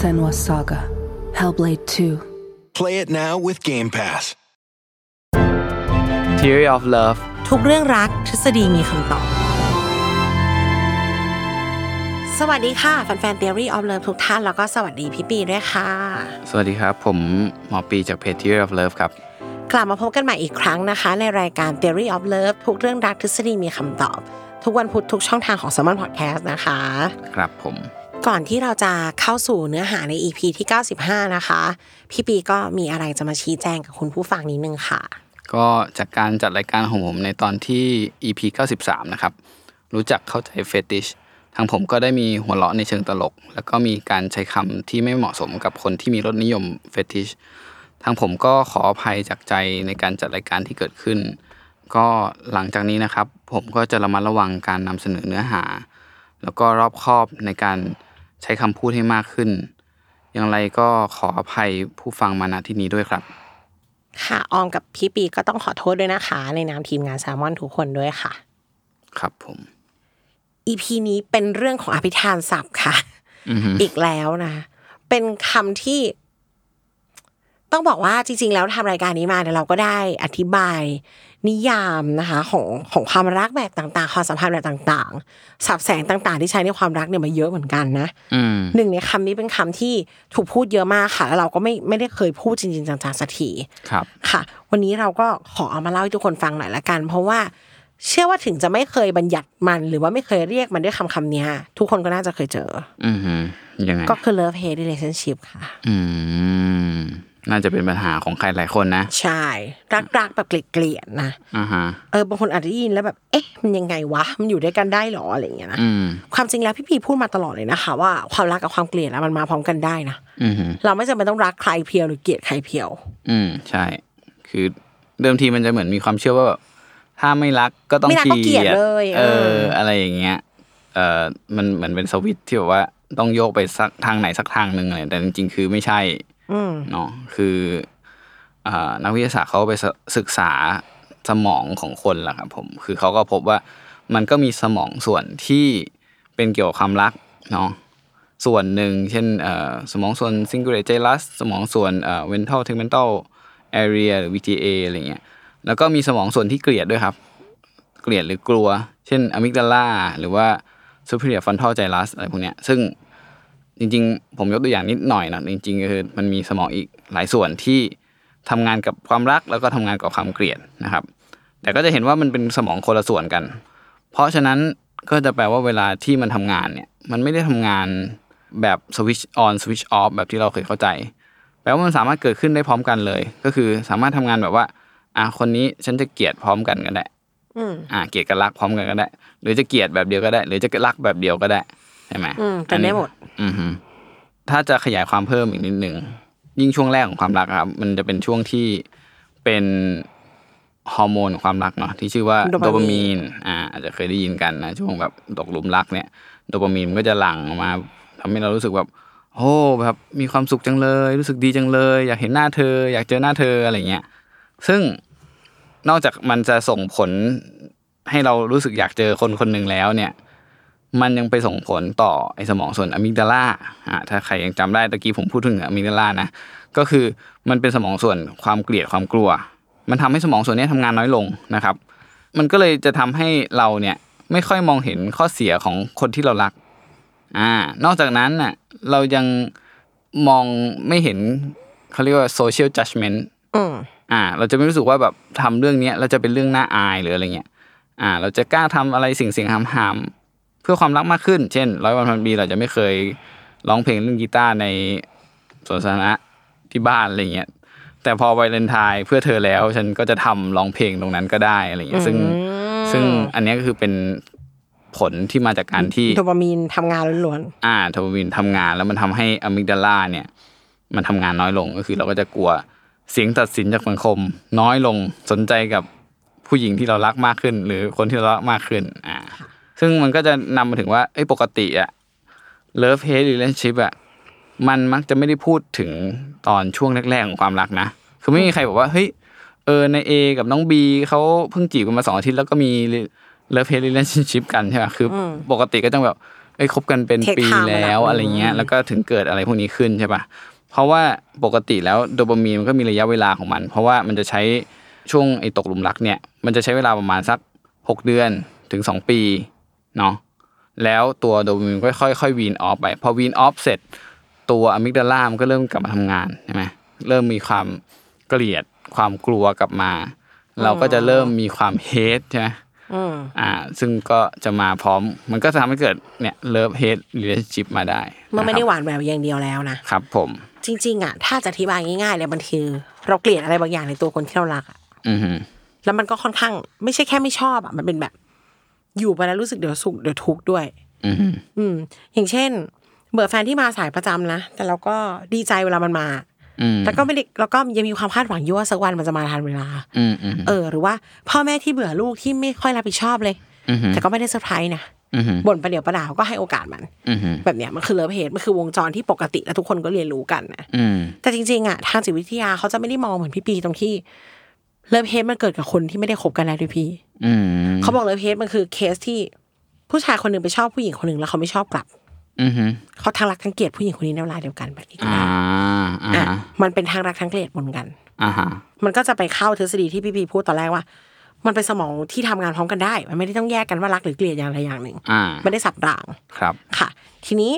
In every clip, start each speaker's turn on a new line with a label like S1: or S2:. S1: Senwa Saga, Hellblade 2.
S2: Play it now with Game Pass.
S3: Theory of Love
S4: ทุกเรื่องรักทฤษฎีมีคำตอบ สวัสดีค่ะ แฟนๆ Theory of Love ทุกท่าน แล้วก็สวัสดีพี่ปีด้วยค่ะ
S3: สวัสดีครับ ผมหมอปีจากเพจ Theory of Love ครับ
S4: กลับมาพบกันใหม่อีกครั้งนะคะ ในรายการ Theory of Love ทุกเรื่องรักทฤษฎีมีคำตอบ ทุกวันพุธทุกช่องทางของ s ซ m o n Podcast นะคะ
S3: ครับผม
S4: ก่อนที่เราจะเข้าสู่เนื้อหาใน EP ที่ 95 นะคะ พี่ปีก็มีอะไรจะมาชี้แจงกับคุณผู้ฟังนิดนึงค่ะ
S3: ก็จากการจัดรายการของผมในตอนที่ EP 93 นะครับ รู้จักเข้าใจเฟติช ทางผมก็ได้มีหัวเราะในเชิงตลก แล้วก็มีการใช้คำที่ไม่เหมาะสมกับคนที่มีรสนิยมเฟติช ทางผมก็ขออภัยจากใจในการจัดรายการที่เกิดขึ้น ก็หลังจากนี้นะครับ ผมก็จะระมัดระวังการนำเสนอเนื้อหา แล้วก็รอบคอบในการใช้คำพูดให้มากขึ้น อย่างไรก็ขออภัยผู้ฟังมาณที่นี้ด้วยครับ
S4: ค่ะออมกับพี่ปีก็ต้องขอโทษด้วยนะคะ ในนามทีมงาน s ซ m o n ทุกคนด้วยค่ะ
S3: ครับผม
S4: อีพีนี้เป็นเรื่องของอภิธานศัพท์ค่ะ อีกแล้วนะ เป็นคำที่ ต้องบอกว่าจริง ๆ แล้วทำรายการนี้มาเนี่ยเราก็ได้อธิบาย นิยามนะคะ ของของความรักแบบต่างๆ ความสัมพันธ์แบบต่างๆสับแสงต่าง ๆ ที่ใช้ในความรักเนี่ยมาเยอะเหมือนกันนะ
S3: อืม
S4: หนึ่งในคำนี้เป็นคำที่ถูกพูดเยอะมากค่ะ แล้วเราก็ไม่ไม่ได้เคยพูดจริงๆจังๆสักที
S3: ครับ
S4: ค่ะ วันนี้เราก็ขอเอามาเล่าให้ทุกคนฟังหน่อยละกัน เพราะว่าเชื่อว่าถึงจะไม่เคยบัญญัติมันหรือว่าไม่เคยเรียกมันด้วยคำคำเนี้ย ทุกคนก็น่าจะเคยเจอ
S3: อือหือยังไง
S4: ก็คือ love hate relationship ค่ะ
S3: อืม น่าจะเป็นปัญหาของใครหลายคนนะ
S4: ใช่ รักรักๆแบบเกลียดๆนะ
S3: อ่าฮะ
S4: เออบางคนอาจจะได้ยินแล้วแบบ เอ๊ะ มันยังไงวะ มันอยู่ด้วยกันได้เหรออะไรอย่างเงี้ยนะ
S3: อืม
S4: ความจริงแล้วพี่พีพูดมาตลอดเลยนะคะ ว่าความรักกับความเกลียดอะมันมาพร้อมกันได้นะ
S3: อือหือ
S4: เราไม่จำเป็นต้องรักใครเพียวหรือเกลียดใครเพียว
S3: อืม ใช่ คือเดิมทีมันจะเหมือนมีความเชื่อว่าแบบถ้าไม่รักก็ต้อง
S4: ไม่รักก็เกลียดเลย
S3: เอ
S4: เอ
S3: อ
S4: อ
S3: อะไรอย่างเงี้ย เออมันเหมือนเป็นสวิตช์ที่แบบว่าต้องโยกไปสักทางไหนสักทางหนึ่งเลยแต่จริงๆ คือไม่ใช่
S4: อืม
S3: เนาะคืออ่านักวิทยาศาสตร์เขาไปศึศึกษาสมองของคนล่ะครับผมคือเขาก็พบว่ามันก็มีสมองส่วนที่เป็นเกี่ยวกับความรักเนาะส่วนหนึ่งเช่นเอ่อสมองส่วน cingulate gyrus สมองส่วนเอ่อ ventral tegmental area หรือ VTA อะไรเงี้ยแล้วก็มีสมองส่วนที่เกลียดด้วยครับ เกลียดหรือกลัว เช่นอะมิกดาลาหรือว่า superior frontal gyrus อะไรพวกเนี้ยซึ่ง จริงๆ ผมยกตัวอย่างนิดหน่อยนะจริงๆก็คือมันมีสมองอีกหลายส่วนที่ทำงานกับความรักแล้วก็ทำงานกับความเกลียดนะครับ แต่ก็จะเห็นว่ามันเป็นสมองคนละส่วนกัน เพราะฉะนั้นก็จะแปลว่าเวลาที่มันทำงานเนี่ยมันไม่ได้ทำงานแบบสวิชออนสวิชออฟแบบที่เราเคยเข้าใจ แปลว่ามันสามารถเกิดขึ้นได้พร้อมกันเลย ก็คือสามารถทำงานแบบว่าอ่ะคนนี้ฉันจะเกลียดพร้อมกันก็ได้
S4: อืม
S3: อ่าเกลียดกับรักพร้อมกันก็ได้ หรือจะเกลียดแบบเดียวก็ได้ หรือจะรักแบบเดียวก็ได้ใช่ไหม
S4: อืมเป็นได้หมด
S3: อันนี้อือฮึถ้าจะขยายความเพิ่มอีกนิดหนึ่งยิ่งช่วงแรกของความรักอะครับ มันจะเป็นช่วงที่เป็นฮอร์โมนของความรักเนาะที่ชื่อว่า
S4: โด
S3: โด
S4: ปามีน
S3: ปามีนอ่าอาจจะเคยได้ยินกันนะช่วงแบบตกหลุมรักเนี่ยโดปามีนมันก็จะหลั่งออกมาทำให้เรารู้สึกแบบโอ้แบบมีความสุขจังเลย รู้สึกดีจังเลย อยากเห็นหน้าเธอ อยากเจอหน้าเธออะไรเงี้ย ซึ่งนอกจากมันจะส่งผลให้เรารู้สึกอยากเจอคนคนหนึ่งแล้วเนี่ย มันยังไปส่งผลต่อไอสมองส่วนอะมิกดาลาอ่ะถ้าใครยังจำได้ตะกี้ผมพูดถึงอะมิกดาลานะ ก็คือมันเป็นสมองส่วนความเกลียดความกลัว มันทำให้สมองส่วนเนี้ยทำงานน้อยลงนะครับ มันก็เลยจะทำให้เราเนี่ยไม่ค่อยมองเห็นข้อเสียของคนที่เรารัก อ่า นอกจากนั้นน่ะเรายังมองไม่เห็นเขาเรียกว่าโซเชียลจัดเมนต์
S4: อืม
S3: อ่าเราจะไม่รู้สึกว่าแบบทำเรื่องเนี้ยเราจะเป็นเรื่องน่าอายหรืออะไรเงี้ยอ่า เราจะกล้าทำอะไรสิ่งสิ่งหามหามๆเพื่อความรักมากขึ้น เช่นร้อยวันพันปีเราจะไม่เคยร้องเพลงเล่นกีตาร์ในสวนสาธารณะที่บ้านอะไรเงี้ยแต่พอวาเลนไทน์เพื่อเธอแล้วฉันก็จะทำร้องเพลงตรงนั้นก็ได้อะไรเงี้ยซึ่งซึ่งอันเนี้ยก็คือเป็น ผลที่มาจากการที่
S4: โดปามีนทำงานล้วน
S3: อ่าโทปามินทำงานแล้วมันทำให้อะมิกดาลาเนี่ย มันทำงานน้อยลงก็คือเราก็จะกลัวเสียงตัดสินจากสังคม น้อยลงสนใจกับผู้หญิงที่เรารักมากขึ้น หรือคนที่เรารักมากขึ้น อ่า ซึ่งมันก็จะนำมาถึงว่าเอ้ยปกติอะเลิฟเฮดรีเลนชิพอะมันมักจะไม่ได้พูดถึงตอนช่วงแรกๆของความรักนะ คือไม่มีใครบอกว่าเฮ้ยเออในเอกับน้องบีเขาเพิ่งจีบกันมาสองอาทิตย์แล้วก็มีเลิฟเฮดรีเลนชิพกันใช่ไหมคืออปกติก็ต้องแบบเอ้ยคบกันเป็น เป็นปี
S4: Take time
S3: แล้ว
S4: อะนะ
S3: อะไรเงี้ย แล้วก็ถึงเกิดอะไรพวกนี้ขึ้นใช่ปะเพราะว่าปกติแล้วโดปามีนมันก็มีระยะเวลาของมัน เพราะว่ามันจะใช้ช่วงไอ้ตกหลุมรักเนี่ย มันจะใช้เวลาประมาณสัก 6 เดือนถึง 2 ปีเนาะ แล้วตัวโดปามีนก็ค่อยๆค่อยวีนออฟไป พอวีนออฟเสร็จ ตัวอะมิกดาลามันก็เริ่มกลับมาทำงานใช่ไหมเริ่มมีความเกลียดความกลัวกลับมา เราก็จะเริ่มมีความเฮทใช่ไหม อ่าซึ่งก็จะมาพร้อมมันก็จะทำให้เกิดเนี่ยเลิฟเฮด relationship มาได้
S4: ๆ มันไม่ได้
S3: ะค
S4: ห
S3: รับ
S4: วานแหววอย่างเดียวแล้วนะ
S3: ครับผม
S4: จริง ๆ อ่ะ ถ้าจะอธิบายง่ายๆเลยมันคือเราเกลียดอะไรบางอย่างในตัวคนที่เรารักอะ
S3: อือฮึ
S4: แล้วมันก็ค่อนข้างไม่ใช่แค่ไม่ชอบอ่ะ มันเป็นแบบ อยู่ไปแล้วรู้สึกเดี๋ยวสุขเดี๋ยวทุกข์ด้วย
S3: อือฮึ
S4: อืม อย่างเช่น เบื่อแฟนที่มาสายประจำนะ แต่เราก็ดีใจเวลามันมา
S3: อืม
S4: แต่ก็ไม่ได้แล้วก็ยังมีความคาดหวังอยู่ว่าสักวันมันจะมาทันเวลา
S3: อืมอืม
S4: เออ หรือว่าพ่อแม่ที่เบื่อลูกที่ไม่ค่อยรับผิดชอบเลย
S3: อือฮึ
S4: แต่ก็ไม่ได้เซอร์ไพรส์นะ
S3: อือฮึ
S4: บ่นประเดี๋ยวประดาวก็ให้โอกาสมัน
S3: อือฮึ
S4: แบบเนี้ยมันคือเลิฟเฮดมันคือวงจรที่ปกติแล้วทุกคนก็เรียนรู้กันนะ
S3: อืม
S4: แต่จริงๆอ่ะทางจิตวิทยาเขาจะไม่ได้มองเหมือนพี่ปีตรงที่เลิฟเฮดมันเกิดกับคนที่ไม่ได้คบกันแล้วด้วยพี่
S3: อืม
S4: เขาบอกเลิฟเฮดมันคือเคสที่ผู้ชายคนหนึ่งไปชอบผู้หญิงคนหนึ่งแล้วเขาไม่ชอบกลับ
S3: อือฮึ
S4: เขาทางรักทางเกลียดผู้หญิงคนนี้ในเวลาเดียวกันแบบนี้ก็
S3: อ่าอ่า
S4: ได้อ่ะมันเป็นทางรักทางเกลียดปนกัน
S3: อ่าฮะ
S4: มันก็จะไปเข้าทฤษฎีที่พี่ปีพูดตอนแรกว่า มันเป็นสมองที่ทำงานพร้อมกันได้ มันไม่ได้ต้องแยกกันว่ารักหรือเกลียดอย่างใดอย่างหนึ่ง
S3: อ่า
S4: ไม่ได้สับราง
S3: ครับ
S4: ค่ะ ทีนี้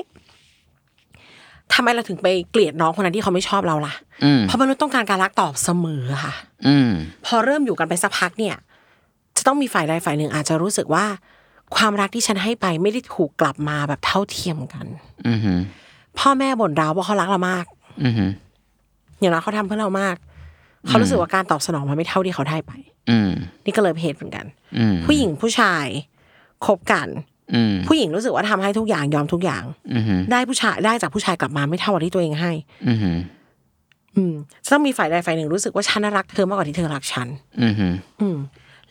S4: ทำไมเราถึงไปเกลียดน้องคนนั้นที่เขาไม่ชอบเราล่ะ
S3: อืม
S4: เพราะมนุษย์ต้องการการรักตอบเสมอค่ะ
S3: อืม
S4: พอเริ่มอยู่กันไปสักพักเนี่ย จะต้องมีฝ่ายใดฝ่ายหนึ่งอาจจะรู้สึกว่า ความรักที่ฉันให้ไปไม่ได้ถูกกลับมาแบบเท่าเทียมกัน
S3: อือฮึ
S4: พ่อแม่บ่นเราว่าเขารักเรามาก
S3: อือฮึ
S4: อย่างน้อยเขาทำเพื่อเรามาก เขารู้สึกว่าการตอบสนองมันไม่เท่าที่เขาได้ไป
S3: อืม
S4: นี่ก็เลยเป็นเหตุเหมือนกัน
S3: อืม
S4: ผู้หญิงผู้ชายคบกัน
S3: อืม
S4: ผู้หญิงรู้สึกว่าทำให้ทุกอย่างยอมทุกอย่าง
S3: อือฮึ
S4: ได้ผู้ชายได้จากผู้ชายกลับมาไม่เท่ากับที่ตัวเองให้
S3: อือฮึ
S4: อืมจะต้องมีฝ่ายใดฝ่ายหนึ่งรู้สึกว่าฉันน่ะรักเธอมากกว่าที่เธอรักฉัน
S3: อือฮึ
S4: อืม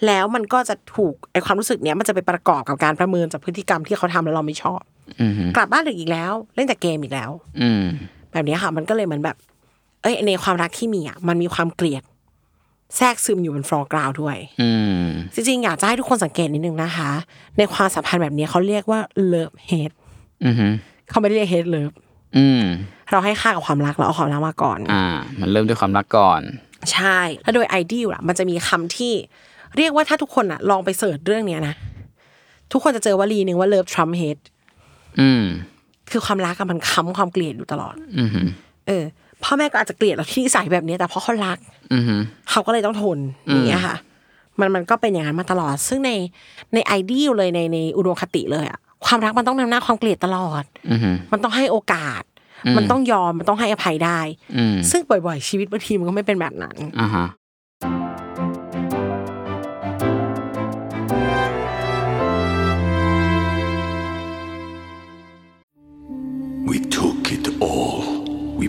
S4: แล้วมันก็จะถูกไอความรู้สึกเนี้ยมันจะไปประกอบกับการประเมินจากพฤติกรรมที่เขาทำแล้วเราไม่ชอบ
S3: อือฮึ
S4: กลับบ้านดึกอีกแล้ว เล่นแต่เกมอีกแล้ว
S3: อืม
S4: แบบเนี้ยค่ะ มันก็เลยเหมือนแบบ เอ้ยในความรักที่มีอ่ะมันมีความเกลียด แทรกซึมอยู่บนฟลอร์กราวด้วย
S3: อืม
S4: จริงๆอยากจะให้ทุกคนสังเกตนิดนึงนะคะ ในความสัมพันธ์แบบนี้เขาเรียกว่าเลิฟเฮด
S3: อือฮึ
S4: เขาไม่ได้เรียกเฮดเลิฟ
S3: อืม
S4: เราให้ค่ากับความรักเราเอาความรักมาก่อน
S3: อ่า มันเริ่มด้วยความรักก่อน
S4: ใช่ แล้วโดยไอเดียล่ะ มันจะมีคำที่เรียกว่าถ้าทุกคนอะลองไปเสิร์ชเรื่องเนี้ยนะ ทุกคนจะเจอวลีหนึ่งว่าเลิฟทรัมเฮด
S3: อืม
S4: คือความรักอะมันค้ำความเกลียดอยู่ตลอด
S3: อือฮึ
S4: เออ พ่อแม่ก็อาจจะเกลียดเราที่นิสัยแบบเนี้ยแต่เพราะเขารัก
S3: อือฮึ
S4: เขาก็เลยต้องทนอย่างเงี้ยค่ะ มันมันก็เป็นอย่างนั้นมาตลอด ซึ่งในในไอเดียเลยในในอุดมคติเลยอะความรักมันต้องนำหน้าความเกลียดตลอด
S3: อือฮึ
S4: มันต้องให้โอกาส มันต้องยอม มันต้องให้อภัยได้
S3: อืม
S4: ซึ่งบ่อยๆ ชีวิตบางทีมันก็ไม่เป็นแบบนั้น
S3: อ่าฮะ
S5: We took it all. We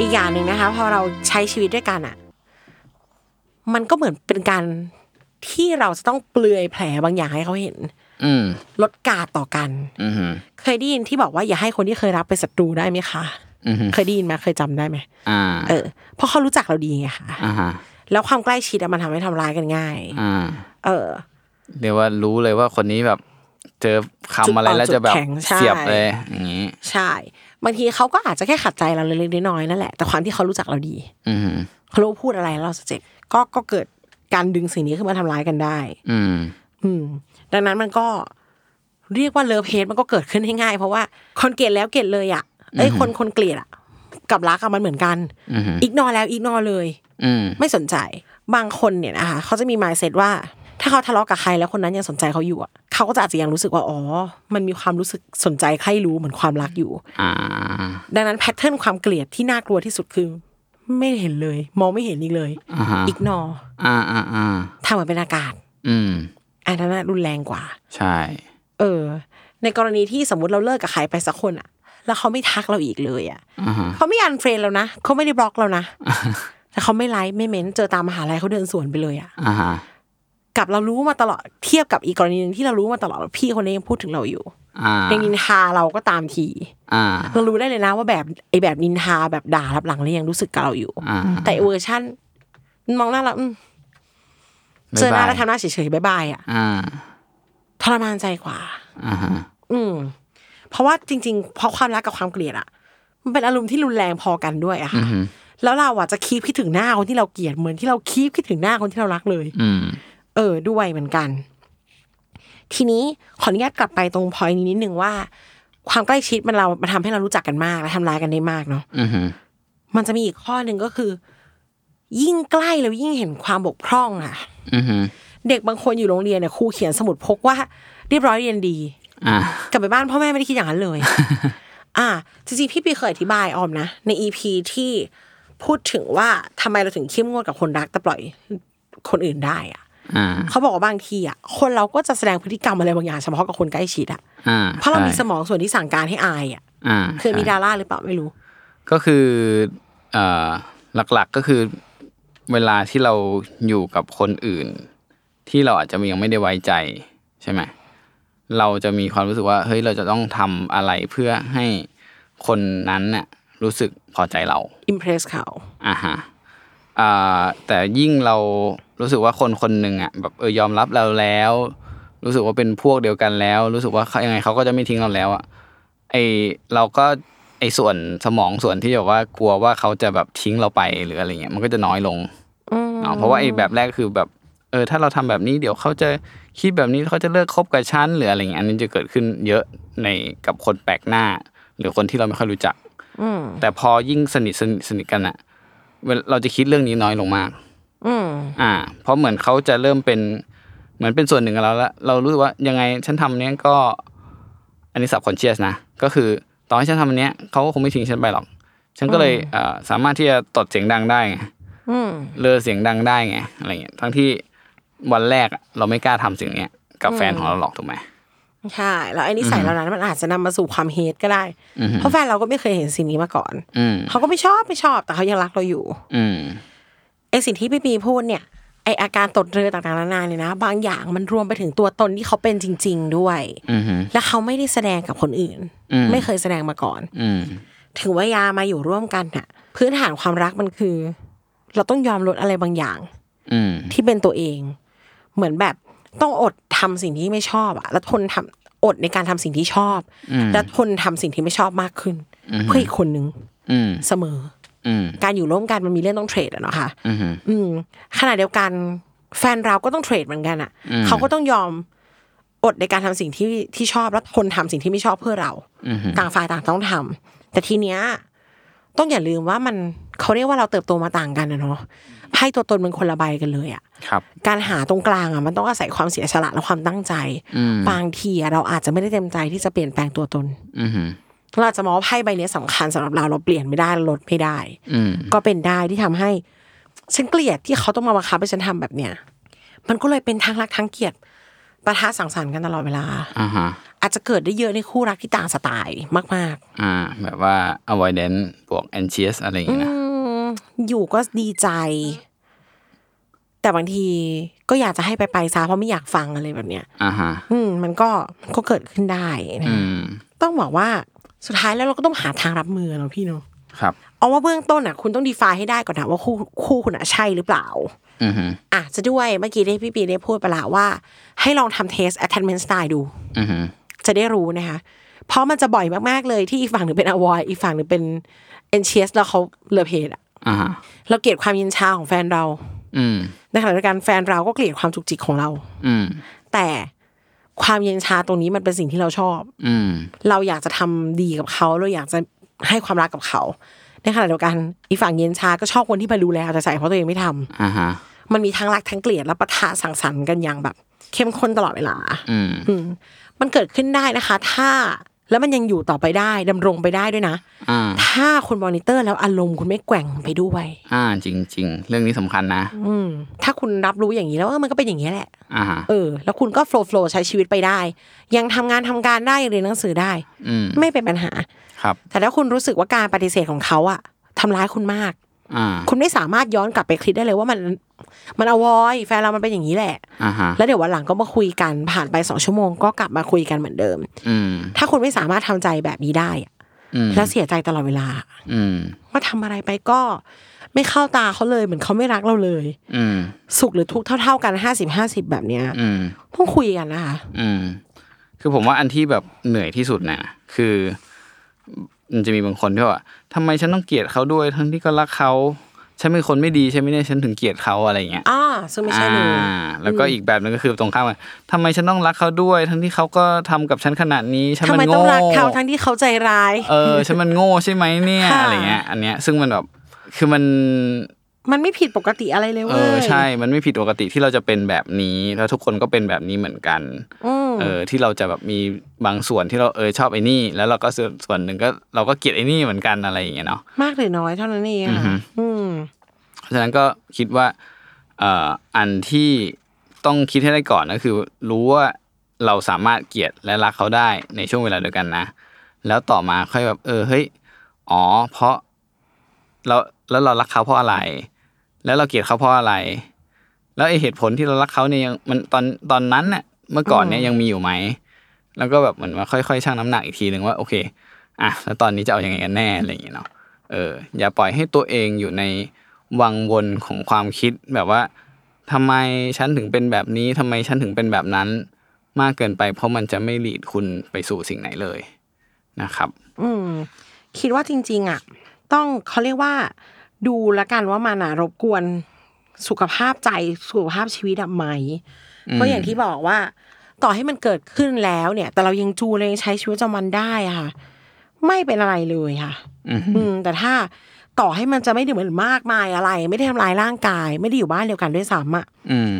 S4: อีกอย่างหนึ่งนะคะพอเราใช้ชีวิตด้วยกันอ่ะ มันก็เหมือนเป็นการที่เราจะต้องเปลือยแผลบางอย่างให้เขาเห็น
S3: อืม
S4: ลดการต่อกัน
S3: อือฮึ
S4: เคยได้ยินที่บอกว่าอย่าให้คนที่เคยรักเป็นศัตรูได้ไหมคะ
S3: อือฮึ
S4: เคยได้ยินไหมเคยจำได้ไหม
S3: อ่า
S4: เออเพราะเขารู้จักเราดีไงคะ
S3: อ่าฮะ
S4: แล้วความใกล้ชิดอะมันทำให้ทำร้ายกันง่าย
S3: อ่า
S4: เออ
S3: เรียกว่ารู้เลยว่าคนนี้แบบ เจอคำอะไรแล้วจะแบบ
S4: จุดอ่อนจุดแข็งใช่
S3: เสียบเลยอย่างงี้
S4: ใช่ บางทีเขาก็อาจจะแค่ขัดใจเราเล็กๆน้อยๆนั่นแหละแต่ความที่เขารู้จักเราดี
S3: อือฮึ
S4: เขารู้ว่าพูดอะไรแล้วเราจะเจ็บก็ก็เกิด การดึงสิ่งนี้ขึ้นมาทำร้ายกันได้
S3: อืม
S4: อืม ดังนั้นมันก็เรียกว่าเลิฟเฮดมันก็เกิดขึ้นได้ง่าย เพราะว่าคนเกลียดแล้วเกลียดเลยอ่ะเอ้ยคนคนเกลียดอ่ะ กับรักอะมันเหมือนกัน
S3: อือฮึ
S4: อีกนอแล้วอีกนอเลย
S3: อืม
S4: ไม่สนใจ บางคนเนี่ยนะคะเขาจะมีมายเซตว่า ถ้าเขาทะเลาะกับใครแล้วคนนั้นยังสนใจเขาอยู่อะเขาก็จะอาจจะยังรู้สึกว่าอ๋อ มันมีความรู้สึกสนใจใครรู้เหมือนความรักอยู่
S3: อ่า
S4: ดังนั้นแพทเทิร์นความเกลียดที่น่ากลัวที่สุดคือ ไม่เห็นเลย มองไม่เห็นอีกเลย
S3: อ่าฮะ
S4: อีกนอ
S3: อ่าอ่าอ่า
S4: ทำเหมือนเป็นอากาศ
S3: อืม
S4: อันนั้นนะรุนแรงกว่า
S3: ใช่
S4: เออ ในกรณีที่สมมติเราเลิกกับใครไปสักคนอะแล้วเขาไม่ทักเราอีกเลยอะเขาไม่อันเฟรนเรานะเขาไม่ได้บล็อกเรานะแต่เขาไม่ไลค์ไม่เม้นเจอตามมหาลัยเขาเดินสวนไปเลยอะ
S3: อ่าฮะ
S4: กับเรารู้มาตลอดเทียบกับอีกกรณีหนึ่งที่เรารู้มาตลอดว่าพี่คนนี้ยังพูดถึงเราอยู่
S3: อ่า
S4: ยังนินทาเราก็ตามที
S3: อ่า
S4: เรารู้ได้เลยนะว่าแบบไอแบบนินทาแบบด่ารับหลังเลยยังรู้สึกกับเราอยู่
S3: อ่า
S4: แต่เวอร์ชั่น มองหน้าเราอืมเจอหน้าแล้วทำหน้าเฉยๆบายบายอ่ะ
S3: อ่า
S4: ทรมานใจกว่า
S3: อ่าฮะ
S4: อืม เพราะว่าจริงๆเพราะความรักกับความเกลียดอ่ะ มันเป็นอารมณ์ที่รุนแรงพอกันด้วยอะค่ะแล้วเราอ่ะจะคีบคิดถึงหน้าคนที่เราเกลียดเหมือนที่เราคีบคิดถึงหน้าคนที่เรารักเลย
S3: อืม
S4: เออด้วยเหมือนกัน ทีนี้ขออนุญาตกลับไปตรงพอยนี้นิดนึงว่า ความใกล้ชิดมันเรามันทำให้เรารู้จักกันมากและทำร้ายกันได้มากเนาะ
S3: อืมฮึ
S4: มันจะมีอีกข้อหนึ่งก็คือ ยิ่งใกล้แล้วยิ่งเห็นความบกพร่องอะ
S3: อืมฮึ
S4: เด็กบางคนอยู่โรงเรียนเนี่ยครูเขียนสมุดพกว่า เรียบร้อยเรียนดี
S3: อ่าก
S4: ลับไปบ้านพ่อแม่ไม่ได้คิดอย่างนั้นเลย อ่า จริงๆ พี่ปีเคยอธิบายออมนะ ในอีพีที่พูดถึงว่าทำไมเราถึงเข้มงวดกับคนรักแต่ปล่อยคนอื่นได้อะ
S3: อ่า
S4: เขาบอกว่าบางทีอ่ะคนเราก็จะแสดงพฤติกรรมอะไรบางอย่างเฉพาะกับคนใกล้ชิดอ่ะ
S3: อ่า
S4: เพราะเรามีส
S3: ใช่
S4: มองส่วนที่สั่งการให้อายอ่ะ
S3: อ่า
S4: เคยมีดาราหรือเปล่าไม่รู้
S3: ก็คือเอ่อหลักๆก็คือเวลาที่เราอยู่กับคนอื่น ที่เราอาจจะยังไม่ได้ไว้ใจใช่ไหมเราจะมีความรู้สึกว่าเฮ้ยเราจะต้องทำอะไรเพื่อให้คนนั้นน่ะรู้สึกพอใจเรา
S4: อิมเพรสเขา
S3: อ่าฮะอ่าแต่ยิ่งเรารู้สึกว่าคนคนหนึ่งอ่ะแบบเออยอมรับเราแล้ว รู้สึกว่าเป็นพวกเดียวกันแล้ว รู้สึกว่าเขายังไงเขาก็จะไม่ทิ้งเราแล้วอ่ะไอเราก็ไอส่วนสมองส่วนที่แบบว่ากลัวว่าเขาจะแบบทิ้งเราไปหรืออะไรเงี้ยมันก็จะน้อยลงเนาะเพราะว่าไอแบบแรกคือแบบเออถ้าเราทำแบบนี้เดี๋ยวเขาจะคิดแบบนี้เขาจะเลิกคบกับฉันหรืออะไรเงี้ยอันนี้จะเกิดขึ้นเยอะในกับคนแปลกหน้า หรือคนที่เราไม่ค่อยรู้จัก แต่พอยิ่งสนิทสนิทสนิทกันอะเวลาเราจะคิดเรื่องนี้น้อยลงมาก
S4: อืม
S3: อ่า เพราะเหมือนเขาจะเริ่มเป็นเหมือนเป็นส่วนหนึ่งกับเราแล้วเรารู้สึกว่ายังไงฉันทำเนี้ยก็ อันนี้สับคอนเชียสนะ ก็คือตอนที่ฉันทำอันเนี้ยเขาก็คงไม่ทิ้งฉันไปหรอก ฉันก็เลยเอ่อสามารถที่จะตดเสียงดังได้ไงเลอเสียงดังได้ไงอะไรเงี้ยทั้งที่วันแรกอะเราไม่กล้าทำสิ่งเนี้ยกับแฟนของเราหรอกถูกไหม
S4: ใช่แล้วไอ้นิสัยเหล่านั้นมันอาจจะนำมาสู่ความเฮตก็ได้ เพราะแฟนเราก็ไม่เคยเห็นสิ่งนี้มาก่อน
S3: อืม
S4: เขาก็ไม่ชอบไม่ชอบแต่เขายังรักเราอยู่
S3: อืม
S4: ไอ้สิ่งที่พี่ปีพูดเนี่ยไออาการตดเรือต่างๆนานาเนี่ยนะ บางอย่างมันรวมไปถึงตัวตนที่เขาเป็นจริง ๆ ด้วย
S3: อืมฮึ
S4: และเขาไม่ได้แสดงกับคนอื่น ไม่เคยแสดงมาก่อน
S3: อืม
S4: ถึงว่ายามาอยู่ร่วมกันน่ะ พื้นฐานความรักมันคือ เราต้องยอมลดอะไรบางอย่าง
S3: อืม
S4: ที่เป็นตัวเอง เหมือนแบบต้องอดทำสิ่งที่ไม่ชอบอะแล้วทนทำอดในการทำสิ่งที่ชอบ และทนทำสิ่งที่ไม่ชอบมากขึ้น เพื่ออีกคนนึง
S3: อืม
S4: เสมอ
S3: อืม
S4: การอยู่ร่วมกันมันมีเรื่องต้องเทรดอะเนาะค่ะ
S3: อืมฮึ
S4: อืมขณะเดียวกันแฟนเราก็ต้องเทรดเหมือนกันอะเขาก็ต้องยอมอดในการทำสิ่งที่ที่ชอบแล้วทนทำสิ่งที่ไม่ชอบเพื่อเราต่างฝ่ายต่างต้องทำแต่ทีเนี้ยต้องอย่าลืมว่ามันเขาเรียกว่าเราเติบโตมาต่างกันนะเนาะไพ่ตัวตนมันคนละใบกันเลยอะ
S3: ครับ
S4: การหาตรงกลางอะมันต้องอาศัยความเสียสละและความตั้งใจบางทีอะเราอาจจะไม่ได้เต็มใจที่จะเปลี่ยนแปลงตัวตน
S3: อืมฮึ
S4: เราอาจจะมองว่าไพ่ใบเนี้ยสำคัญสำหรับเราเราเปลี่ยนไม่ได้เราลดไม่ได้
S3: อืม
S4: ก็เป็นได้ที่ทำให้ ฉันเกลียดที่เขาต้องมาบังคับให้ฉันทำแบบเนี้ยมันก็เลยเป็นทั้งรักทั้งเกลียดปะทะสังสรรค์กันตลอดเวลา
S3: อ่าฮะ
S4: อาจจะเกิดได้เยอะในคู่รักที่ต่างสไตล์มาก
S3: อ่า แบบว่า avoidance บวก anxious อะไรอย่างเงี้ยนะ
S4: ๆ อืมอยู่ก็ดีใจ แต่บางทีก็อยากจะให้ไปไปๆซะเพราะไม่อยากฟังอะไรแบบเนี้ย
S3: อ่าฮะ
S4: อืม มันก็มันก็เกิดขึ้นได้นะ
S3: อืม
S4: ต้องบอกว่าสุดท้ายแล้วเราก็ต้องหาทางรับมือเนาะพี่เนาะ
S3: ครับ
S4: เอาว่าเบื้องต้นอ่ะ คุณต้องดีฟายให้ได้ก่อนนะว่าคู่คู่คุณอ่ะใช่หรือเปล่า
S3: อือฮึ
S4: อาจจะด้วยเมื่อกี้ที่พี่ปีได้พูดไปละว่า ให้ลองทำเทส attachment style ดู
S3: อือฮึ
S4: จะได้รู้นะคะ เพราะมันจะบ่อยมาก ๆ เลยที่อีกฝั่งหนึ่งเป็น avoid อีกฝั่งหนึ่งเป็น anxious แล้วเขาเลอเพดอะ
S3: อ่าฮะ
S4: เราเกลียดความเย็นชาของแฟนเรา
S3: อืม
S4: ในขณะเดียวกันแฟนเราก็เกลียดความจุกจิกของเรา
S3: อืม
S4: แต่ความเย็นชาตรงนี้มันเป็นสิ่งที่เราชอบ
S3: อืม
S4: เราอยากจะทำดีกับเขาเราอยากจะให้ความรักกับเขา ในขณะเดียวกันอีฝั่งเย็นชาก็ชอบคนที่มาดูแลเอาแต่ใส่เพราะตัวเองไม่ทำ
S3: อ่าฮะ
S4: มันมีทั้งรักทั้งเกลียดและปะทะสังสรรค์กันอย่างแบบ เข้มข้นตลอดเวลา
S3: อืม
S4: อืมมันเกิดขึ้นได้นะคะ ถ้าแล้วมันยังอยู่ต่อไปได้ดำรงไปได้ด้วยนะ
S3: อ่า
S4: ถ้าคุณมอนิเตอร์แล้วอารมณ์คุณไม่แกว่งไปด้วย
S3: อ่า จริงจริงๆเรื่องนี้สำคัญนะ
S4: อืมถ้าคุณรับรู้อย่างนี้แล้วเออมันก็เป็นอย่างนี้แหละ
S3: อ่าฮะ
S4: เออ แล้วคุณก็โฟล์โฟล์ใช้ชีวิตไปได้ ยังทำงานทำการได้เรียนหนังสือได้
S3: อืม
S4: ไม่เป็นปัญหา
S3: ครับ
S4: แต่ถ้าคุณรู้สึกว่าการปฏิเสธของเขาอะทำร้ายคุณมาก
S3: อ่า
S4: คุณไม่สามารถย้อนกลับไปคิดได้เลยว่ามันมันอวอยแฟนเรามันเป็นอย่างนี้แหละ
S3: อ่าฮะ
S4: แล้วเดี๋ยววันหลังก็มาคุยกันผ่านไปสองชั่วโมงก็กลับมาคุยกันเหมือนเดิม
S3: อืม
S4: ถ้าคุณไม่สามารถทำใจแบบนี้ได้อะ
S3: อืม
S4: แล้วเสียใจตลอดเวลา
S3: อืม
S4: ว่าทำอะไรไปก็ ไม่เข้าตาเขาเลยเหมือนเขาไม่รักเราเลย
S3: อืม
S4: สุขหรือทุกข์เท่า ๆกันห้าสิบห้าสิบแบบเนี้ย
S3: อืม
S4: ต้องคุยกันนะคะ
S3: อืม คือผมว่าอันที่แบบเหนื่อยที่สุดเนี่ยนะคือ มันจะมีบางคนที่ว่าทำไมฉันต้องเกลียดเขาด้วย ทั้งที่ก็รักเขา ฉันเป็นคนไม่ดีใช่ไหมเนี่ยฉันถึงเกลียดเขาอะไรอย่างเงี้ย
S4: อ่าซึ่งไม่ใช่เลย
S3: อ่าแล้วก็อีกแบบหนึ่งก็คือตรงข้ามกันทำไมฉันต้องรักเขาด้วย ทั้งที่เขาก็ทำกับฉันขนาดนี้ ฉัน
S4: ทำ
S3: มัน
S4: ไมต้อ
S3: โง่
S4: งรักเขาทั้งที่เขาใจร้าย
S3: เออ ฉันมันโง่ใช่ไหม เนี่ย
S4: ค่ะ
S3: อะไรเงี้ย อันเนี้ยซึ่งมันแบบคือมัน
S4: มันไม่ผิดปกติอะไรเลย
S3: เอ
S4: เว้
S3: อ
S4: ย
S3: ใช่ มันไม่ผิดปกติที่เราจะเป็นแบบนี้ แล้วทุกคนก็เป็นแบบนี้เหมือนกัน
S4: อืม
S3: เออที่เราจะแบบมีบางส่วนที่เราเออชอบไอ้นี่ แล้วเราก็ส่วนส่วนหนึ่งก็เราก็เกลียดไอ้นี่เหมือนกันอะไรอย่างเงี้ยเนาะ
S4: มากหรือน้อยเท่านั้นเองอะค่ะอืม
S3: เพราะฉะนั้นก็คิดว่าเอ่ออันที่ต้องคิดให้ได้ก่อนก็คือ รู้ว่าเราสามารถเกลียดและรักเขาได้ในช่วงเวลาเดียวกันนะ แล้วต่อมาค่อยแบบเออเฮ้ยอ๋อ เพราะเราแล้วเรารักเขาเพราะอะไร แล้วเราเกลียดเขาเพราะอะไร แล้วไอเหตุผลที่เรารักเขาเนี่ยยังมันตอนตอนนั้นเนี่ยเมื่อก่อนเนี่ยยังมีอยู่ไหมแล้วก็แบบเหมือนว่าค่อยๆชั่งน้ำหนักอีกทีหนึ่งว่าโอเคอ่ะแล้วตอนนี้จะเอาอยัางไงกันแน่อะไรอย่างเงี้ยเนาะเออ อย่าปล่อยให้ตัวเองอยู่ในวังวนของความคิดแบบว่าทำไมฉันถึงเป็นแบบนี้ทำไมฉันถึงเป็นแบบนั้น มากเกินไป เพราะมันจะไม่หลีดคุณไปสู่สิ่งไหนเลยนะครับ
S4: อืม คิดว่าจริง ๆ อ่ะ ต้องเขาเรียกว่า ดูละกันว่ามันอ่ะรบกวนสุขภาพใจสุขภาพชีวิตอะไหมเพราะอย่างที่บอกว่า ต่อให้มันเกิดขึ้นแล้วเนี่ย แต่เรายังจูนเรายังใช้ชีวิตประจำวันได้อะค่ะ ไม่เป็นอะไรเลยค่ะอืม แต่ถ้าต่อให้มันจะไม่ได้เหมือนมากมายอะไร ไม่ได้ทำลายร่างกาย ไม่ได้อยู่บ้านเดียวกันด้วยซ้ำอะ
S3: อืม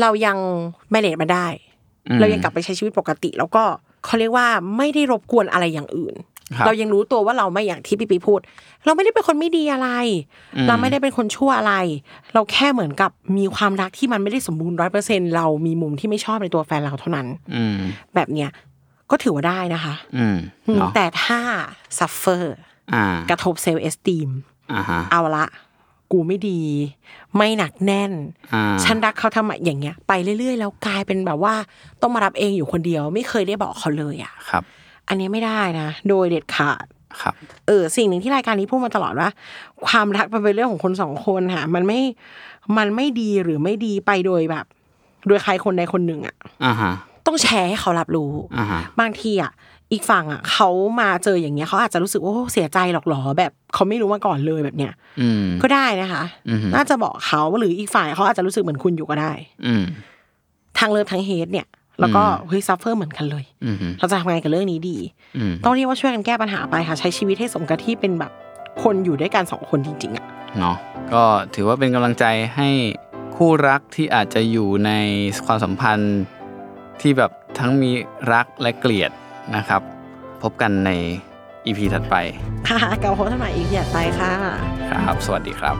S4: เรายังแมเนจมาได้ เรายังกลับไปใช้ชีวิตปกติ แล้วก็เขาเรียกว่าไม่ได้รบกวนอะไรอย่างอื่น
S3: ครับ
S4: เรายังรู้ตัวว่าเราไม่อย่างที่พี่ปีพูด เราไม่ได้เป็นคนไม่ดีอะไร เราไม่ได้เป็นคนชั่วอะไร เราแค่เหมือนกับมีความรักที่มันไม่ได้สมบูรณ์ร้อยเปอร์เซ็นเรามีมุมที่ไม่ชอบในตัวแฟนเราเท่านั้น
S3: อืม
S4: แบบเนี้ยก็ถือว่าได้นะคะ
S3: อืม
S4: อืม
S3: เนาะ
S4: แต่ถ้า suffer
S3: อ่าก
S4: ระทบเซลล์เอสตีม
S3: อ่าฮะ
S4: เอาละ กูไม่ดี ไม่หนักแน่น
S3: อ่า
S4: ฉันรักเขาทำไมอย่างเงี้ย ไปเรื่อยๆ แล้วกลายเป็นแบบว่าต้องมารับเองอยู่คนเดียว ไม่เคยได้บอกเขาเลยอ่ะ
S3: ครับ
S4: อันเนี้ยไม่ได้นะ โดยเด็ดขาด
S3: ครับ
S4: เออสิ่งหนึ่งที่รายการนี้พูดมาตลอดว่า ความรักมันเป็นเรื่องของคนสองคนค่ะ มันไม่มันไม่ดีหรือไม่ดีไปโดยแบบ โดยใครคนใดคนหนึ่งอ่ะ
S3: อ่าฮะ
S4: ต้องแชร์ให้เขารับรู้
S3: อ่าฮะ
S4: บางทีอ่ะ อีกฝั่งอ่ะเขามาเจออย่างเงี้ยเขาอาจจะรู้สึกว่าโอ้เสียใจหรอกหรอแบบเขาไม่รู้มาก่อนเลยแบบเนี้ย
S3: อืม
S4: ก็ได้นะคะ
S3: อือฮึ
S4: น่าจะบอกเขาหรืออีกฝ่ายเขาอาจจะรู้สึกเหมือนคุณอยู่ก็ได้
S3: อืม
S4: ทางเลิฟทางเฮดเนี่ย แล้วก็เฮ้ยซัฟเฟอร์เหมือนกันเลย
S3: อืมฮึ
S4: เราจะทำไงานกับเรื่องนี้ดี
S3: อืม
S4: ต้องเรียกว่าช่วยกันแก้ปัญหาไปค่ะ ใช้ชีวิตให้สมกับที่เป็นแบบคนอยู่ด้วยกันสองคนจริงๆอ่ะ
S3: เนาะก็ถือว่าเป็นกำลังใจให้คู่รักที่อาจจะอยู่ในความสัมพันธ์ที่แบบทั้งมีรักและเกลียดนะครับ พบกันในอีพีถัดไป
S4: ค่ะเกาโฮสต์ใหม่อีกอย่าไปค่ะ
S3: ครับ สวัสดีครับ